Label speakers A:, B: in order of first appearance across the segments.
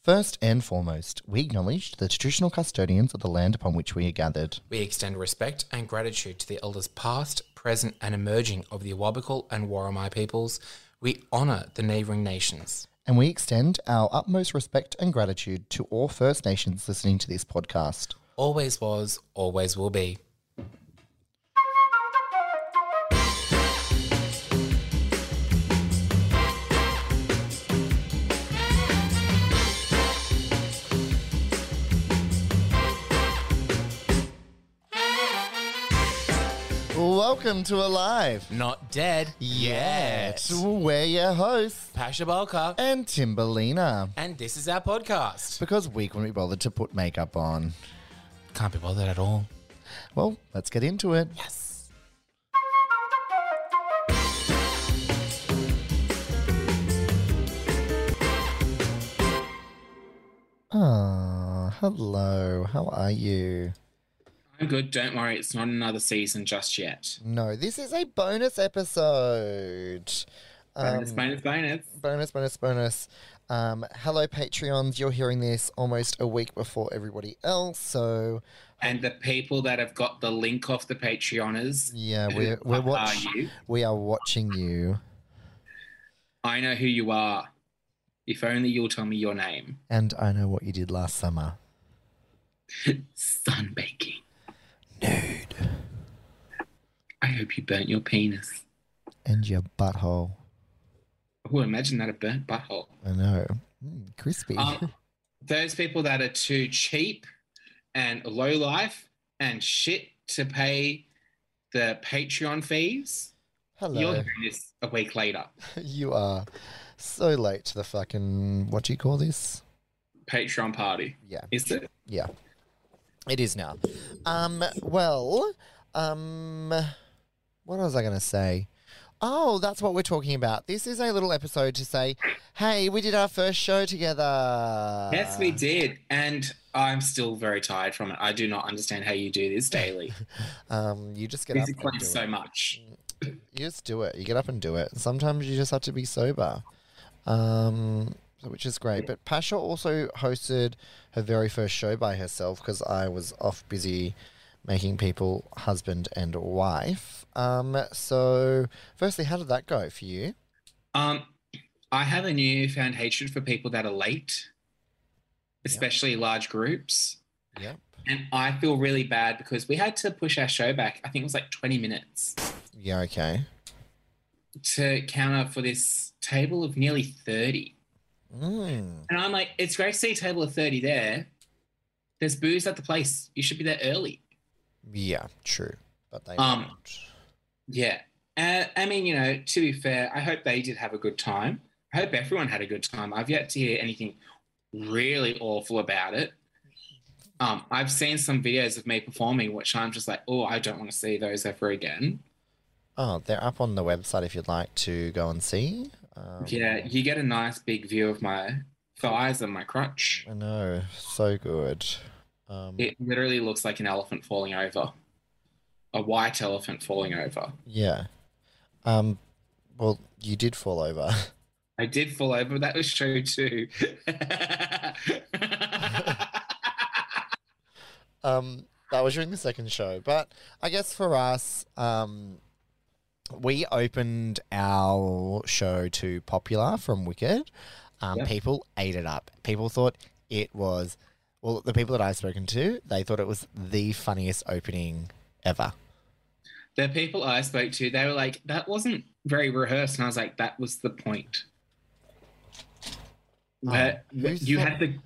A: First and foremost, we acknowledge the traditional custodians of the land upon which we are gathered.
B: We extend respect and gratitude to the elders past, present, and emerging of the Awabakal and Warramai peoples. We honour the neighbouring nations.
A: And we extend our utmost respect and gratitude to all First Nations listening to this podcast.
B: Always was, always will be.
A: Welcome to Alive
B: Not dead yet.
A: We're your hosts
B: Pasha Balka,
A: and Timberlina.
B: and this is our podcast.
A: Because we couldn't be bothered to put makeup on.
B: Can't be bothered at all.
A: Well, let's get into it.
B: Yes.
A: Ah, hello. How are you?
C: I'm good. Don't worry. It's not another season just yet.
A: No, this is a bonus episode. Um,
C: bonus, bonus, bonus.
A: bonus, bonus, bonus. Um, hello, Patreons. You're hearing this almost a week before everybody else. So,
C: And the people that have got the link off the Patreoners,
A: yeah,
C: Who
A: we're, we're
C: are
A: watch-
C: you?
A: we are watching you.
C: I know who you are. If only you'll tell me your name.
A: And I know what you did last summer.
C: Sunbaking.
A: Nude.
C: I hope you burnt your penis.
A: And your butthole.
C: Oh, imagine that a burnt butthole.
A: I know. Mm, crispy.
C: Um, those people that are too cheap and low life and shit to pay the Patreon fees, you're
A: Hello.
C: hearing this a week later.
A: You are so late to the fucking. What do you call this?
C: Patreon party.
A: Yeah.
C: Is it?
A: Yeah. It is now. Um, well, um, what was I going to say? Oh, that's what we're talking about. This is a little episode to say, hey, we did our first show together.
C: Yes, we did. And I'm still very tired from it. I do not understand how you do this daily.
A: Um, you just get
C: this
A: up and do
C: explains so
A: it.
C: much.
A: You just do it. You get up and do it. Sometimes you just have to be sober, um, so- which is great. But Pasha also hosted her very first show by herself because I was off busy making people husband and wife. Um, so, firstly, how did that go for you?
C: Um, I have a newfound hatred for people that are late, especially large groups.
A: Yep.
C: And I feel really bad because we had to push our show back. I think it was like 20 minutes
A: Yeah. Okay.
C: to counter for this table of nearly 30.
A: Mm.
C: And I'm like, it's great to see a table of 30 there. There's booze at the place. You should be there early.
A: Yeah. True. But they.
C: Um,
A: weren't.
C: Yeah. Uh, I mean, you know, to be fair, I hope they did have a good time. I hope everyone had a good time. I've yet to hear anything really awful about it. Um, I've seen some videos of me performing, which I'm just like, oh, I don't want to see those ever again.
A: Oh, they're up on the website if you'd like to go and see. Um,
C: Yeah, you get a nice big view of my thighs and my crotch.
A: I know. So good. Um,
C: It literally looks like an elephant falling over, a white elephant falling over.
A: Yeah. Um. Well, you did fall over.
C: I did fall over, but that was show two.
A: um. That was during the second show, but I guess for us, um, we opened our show to Popular from Wicked. Um,
C: Yep.
A: People ate it up. People thought it was. Well, the people that I've spoken to, they thought it was the funniest opening ever.
C: the people I spoke to, they were like, that wasn't very rehearsed. And I was like, that was the point. Where-
A: Um, who
C: where- you
A: said-
C: had the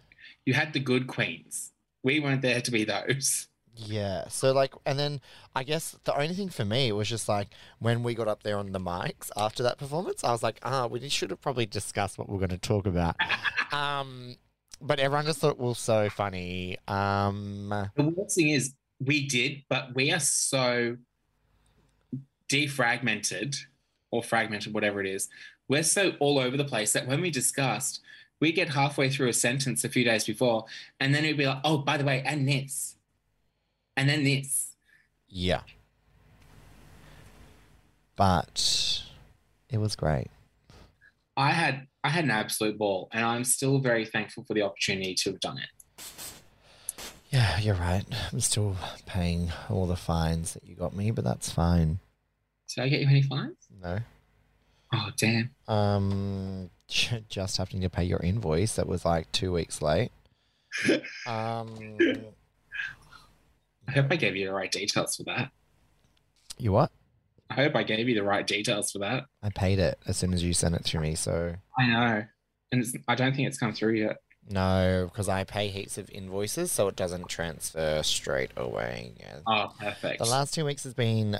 C: you had the good queens. We weren't there to be those.
A: Yeah. So like, and then I guess the only thing for me was just like when we got up there on the mics after that performance, I was like, ah, we should have probably discussed what we're going to talk about. um, but everyone just thought it was so funny. Um,
C: The worst thing is we did, but we are so defragmented or fragmented, whatever it is. We're so all over the place that when we discussed, we get halfway through a sentence a few days before, and then it'd be like, oh, by the way, and this, and then this.
A: yeah. But it was great.
C: I had I had an absolute ball, and I'm still very thankful for the opportunity to have done it.
A: Yeah, you're right. I'm still paying all the fines that you got me, but that's fine.
C: Did I get you any fines?
A: No.
C: Oh damn!
A: Um, ju- just having to pay your invoice that was like two weeks late. um,
C: I hope I gave you the right details for that.
A: you what?
C: I hope I gave you the right details for that.
A: I paid it as soon as you sent it to me. So
C: I know, and it's, I don't think it's come through yet.
A: no, because I pay heaps of invoices, so it doesn't transfer straight away. Yeah.
C: Oh, perfect.
A: The last two weeks has been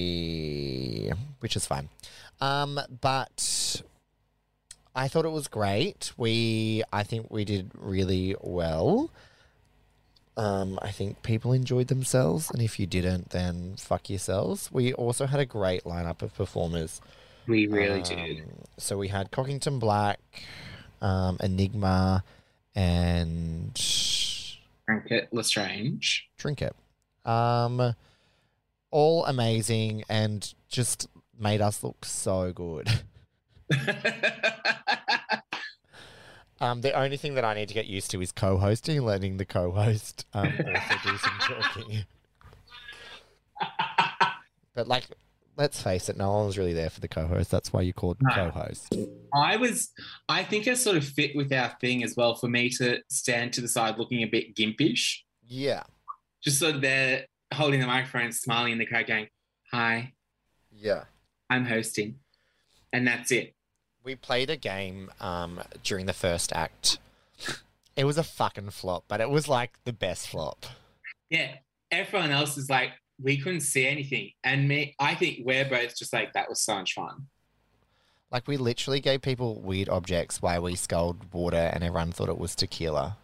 A: busy, which is fine. Um, but I thought it was great. We, I think we did really well. Um, I think people enjoyed themselves, and if you didn't, then fuck yourselves. We also had a great lineup of performers.
C: we really did.
A: Um, So we had Cockington Black, um, Enigma, and
C: Trinket Lestrange.
A: Trinket. Um, all amazing and just made us look so good. Um, the only thing that I need to get used to is co-hosting, letting the co-host um, also do some talking. But like, let's face it, no one was really there for the co-host. That's why you called
C: No.
A: co-host.
C: I was, I think I sort of fit with our thing as well for me to stand to the side looking a bit gimpish.
A: Yeah,
C: Just sort of there holding the microphone, smiling in the crowd, going, Hi,
A: yeah.
C: I'm hosting. And that's it.
A: We played a game um, during the first act. It was a fucking flop, but it was like the best flop.
C: Yeah. Everyone else is like, we couldn't see anything. And me, I think we're both just like, that was so much fun.
A: Like we literally gave people weird objects while we sculled water, and everyone thought it was tequila.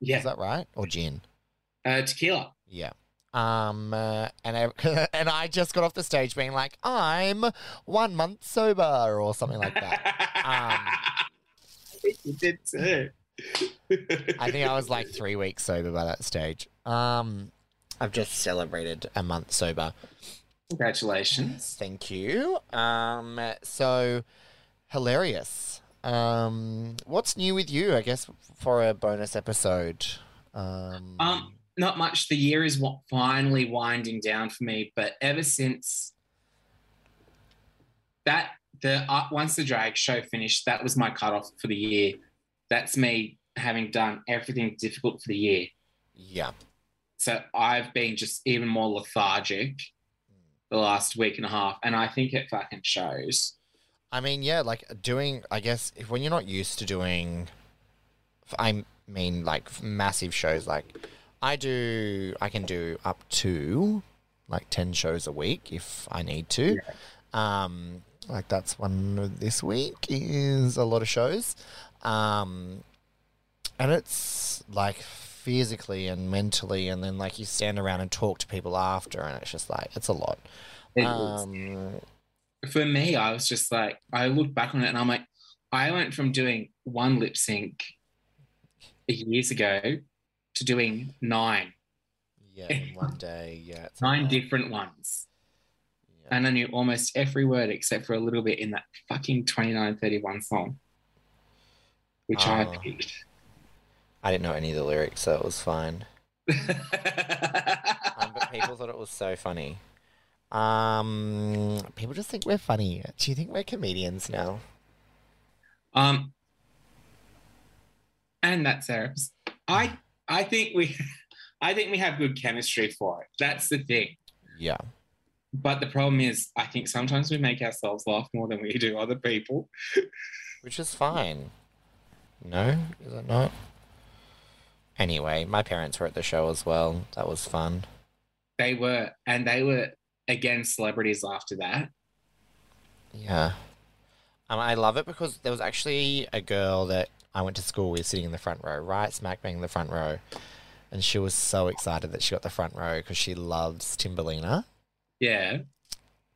C: Yeah.
A: Is that right? Or gin?
C: Uh, tequila.
A: Yeah. Um, uh, and I, and I just got off the stage being like, "I'm one month sober" or something like that.
C: I think you did too.
A: Um, I think I was like three weeks sober by that stage. Um, I've just celebrated a month sober.
C: Congratulations.
A: Thank you. Um, so hilarious. Um, what's new with you? I guess for a bonus episode. Um,
C: Um, Not much. The year is what finally winding down for me, but ever since that the uh, once the drag show finished, that was my cutoff for the year. That's me having done everything difficult for the year.
A: yeah.
C: So I've been just even more lethargic the last week and a half, and I think it fucking shows.
A: I mean, yeah, like doing, I guess, if, when you're not used to doing, f- I mean, like f- massive shows, like I do, I can do up to like 10 shows a week if I need to. Um, like that's one this week is a lot of shows. Um, and it's like physically and mentally, and then like you stand around and talk to people after, and it's just like, it's a lot.
C: It was-
A: Um,
C: for me, I was just like, I look back on it and I'm like, I went from doing one lip sync years ago to doing nine,
A: Yeah, in one day. Yeah, it's a
C: nine
A: lot.
C: different ones.
A: Yeah.
C: And I knew almost every word except for a little bit in that fucking 2931 song, which I
A: Oh.
C: picked.
A: I didn't know any of the lyrics, so it was fine. Um, but people thought it was so funny. Um, people just think we're funny. Do you think we're comedians now?
C: um, and that's our. I I think we, I think we have good chemistry for it. That's the thing.
A: Yeah.
C: But the problem is, I think sometimes we make ourselves laugh more than we do other people.
A: Which is fine. No, is it not? Anyway, my parents were at the show as well. That was fun.
C: They were, and they were again celebrities after that.
A: Yeah. Um, I love it because there was actually a girl that I went to school with sitting in the front row, right smack bang in the front row. And she was so excited that she got the front row because she loves Timberlina.
C: Yeah.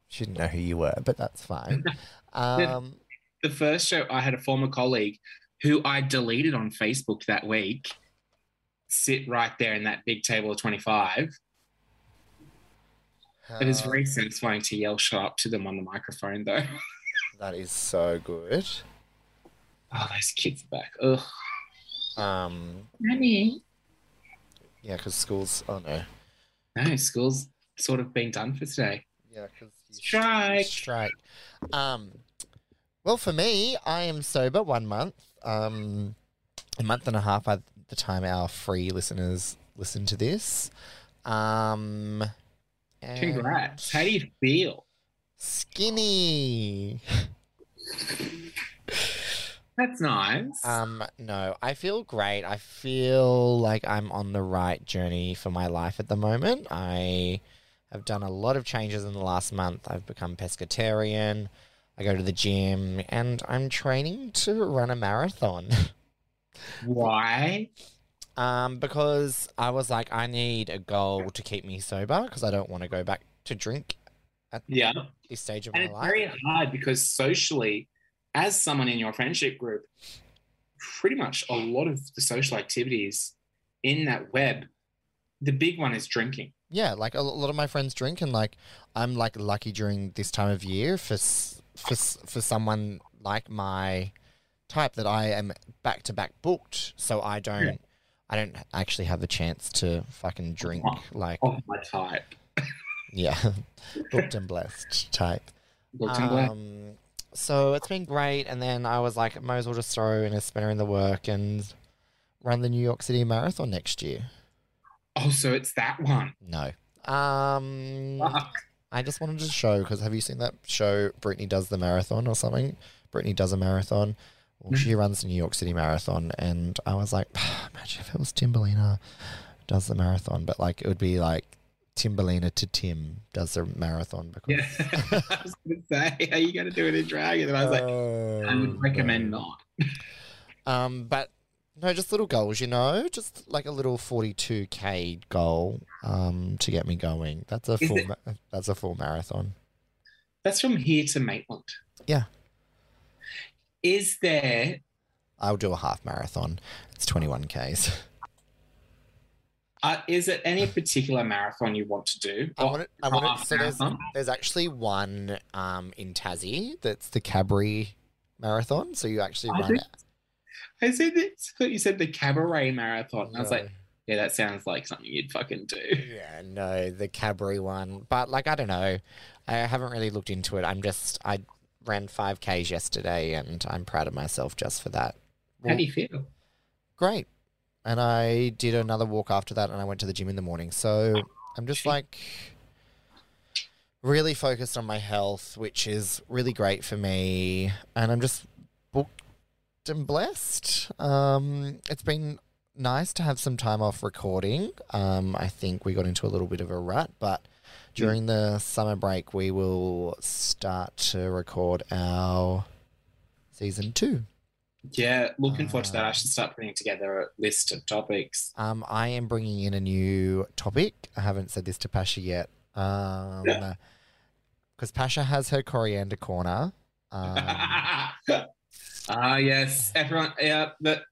A: She didn't know who you were, but that's fine. Um,
C: The first show, I had a former colleague who I deleted on Facebook that week sit right there in that big table of 25. It is
A: uh,
C: very satisfying to yell shut up to them on the microphone, though.
A: that is so good.
C: Oh, those kids are back. Ugh.
A: Um,
C: Nanny.
A: yeah, because schools. Oh no.
C: No, school's sort of been done for today.
A: Yeah, because
C: Strike.
A: Strike. Um, well, for me, I am sober one month. Um, a month and a half by the time our free listeners listen to this. Um, and
C: Congrats. How do you feel?
A: Skinny.
C: That's nice.
A: Um, no, I feel great. I feel like I'm on the right journey for my life at the moment. I have done a lot of changes in the last month. I've become pescatarian. I go to the gym and I'm training to run a marathon.
C: Why?
A: Um, because I was like, I need a goal to keep me sober because I don't want to go back to drink
C: Yeah.
A: this stage of
C: And
A: my
C: it's
A: life.
C: very hard because socially, as someone in your friendship group, pretty much a lot of the social activities in that web, the big one is drinking.
A: yeah, like a lo- lot of my friends drink, and like I'm like lucky during this time of year for s- for s- for someone like my type that I am back to back booked, so I don't I don't actually have a chance to fucking drink like
C: Of my type.
A: yeah, booked and blessed type.
C: Look, I'm glad.
A: Um, so it's been great, and then I was like, might as well just throw in a spinner in the work and run the New York City Marathon next year.
C: Oh, so it's that one.
A: No. Um,
C: Fuck.
A: I just wanted to show because have you seen that show Brittany does the marathon or something? Brittany does a marathon. Well,
C: Mhm.
A: she runs the New York City Marathon, and I was like, "Ah, imagine if it was Timberlina does the marathon, but like it would be like Timberlina to Tim does the marathon because.
C: Yeah. I was going to say, how you going to do it in Dragon? And I was like, I
A: Uh,
C: would recommend not.
A: Oh, Um, but no, just little goals, you know, just like a little forty-two k goal, um, to get me going. That's a
C: Is
A: full.
C: it-
A: ma- that's a full marathon.
C: That's from here to Maitland.
A: Yeah.
C: Is there?
A: I'll do a half marathon. It's twenty-one k's.
C: Uh, is it any particular marathon you want to do?
A: I want it. I want it.
C: half
A: So there's
C: marathon?
A: there's actually one um in Tassie that's the Cabri marathon. So you actually
C: I
A: run
C: think-
A: it.
C: I said that. I thought you said the cabaret marathon. I was
A: No.
C: like, yeah, that sounds like something you'd fucking do.
A: Yeah, no, the Cadbury one. But like, I don't know. I haven't really looked into it. I'm just I ran five k's yesterday, and I'm proud of myself just for that.
C: How
A: Well,
C: do you feel?
A: great. And I did another walk after that, and I went to the gym in the morning. So I'm just like really focused on my health, which is really great for me. And I'm just booked and blessed. Um, it's been nice to have some time off recording. Um, I think we got into a little bit of a rut, but during the summer break, we will start to record our season two.
C: Yeah, looking forward to that.
A: Uh,
C: I should start putting together a list of topics.
A: Um, I am bringing in a new topic. I haven't said this to Pasha yet. Um,
C: Yeah.
A: because Pasha has her coriander corner. Um,
C: Ah, yes, everyone. Yeah, that.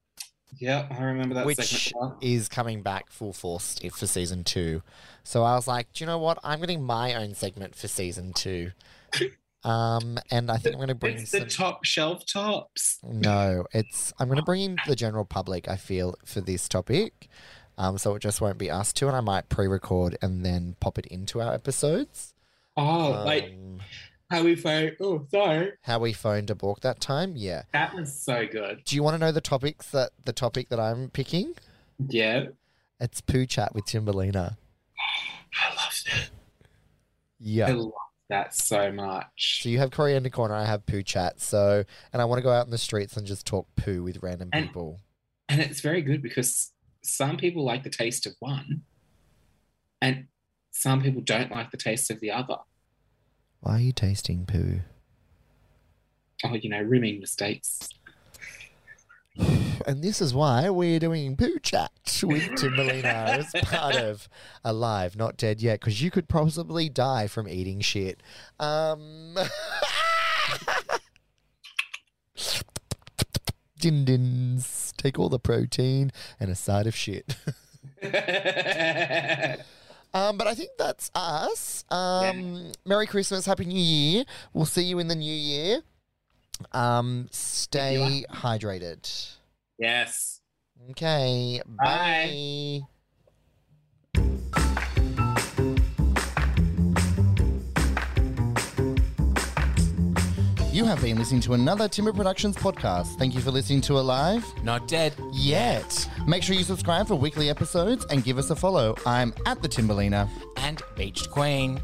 C: Yeah, I remember that
A: Which-
C: segment. well.
A: is coming back full force i- for season two. So I was like, do you know what? I'm getting my own segment for season two. Um, and I think I'm going to bring
C: It's the
A: some.
C: top shelf tops.
A: No, it's I'm going to bring in the general public. I feel for this topic, um, so it just won't be us two, and I might pre-record and then pop it into our episodes.
C: Oh, like
A: Um,
C: how we phone. Oh, sorry.
A: how we phoned a balk that time. Yeah.
C: That was so good.
A: Do you want to know the topics that the topic that I'm picking?
C: Yeah.
A: It's poo chat with Timberlina.
C: I love that. I
A: Yeah.
C: love that so much.
A: So you have coriander corner, I have poo chat. So, and I want to go out in the streets and just talk poo with random
C: And-
A: people.
C: And it's very good because some people like the taste of one and some people don't like the taste of the other.
A: Why are you tasting poo?
C: Oh, you know, rimming mistakes.
A: And this is why we're doing poo chat with Timberlina as part of Alive, Not Dead Yet, because you could possibly die from eating shit. Um. Din dins. Take all the protein and a side of shit. Um, but I think that's us. Um, Merry Christmas, Happy New Year. We'll see you in the new year. Um, stay hydrated.
C: Yes.
A: Okay.
C: Bye.
A: bye. You have been listening to another Timber Productions podcast. Thank you for listening to Alive
B: Not dead.
A: Yet. Make sure you subscribe for weekly episodes and give us a follow. I'm at the Timberlina.
B: And beached queen.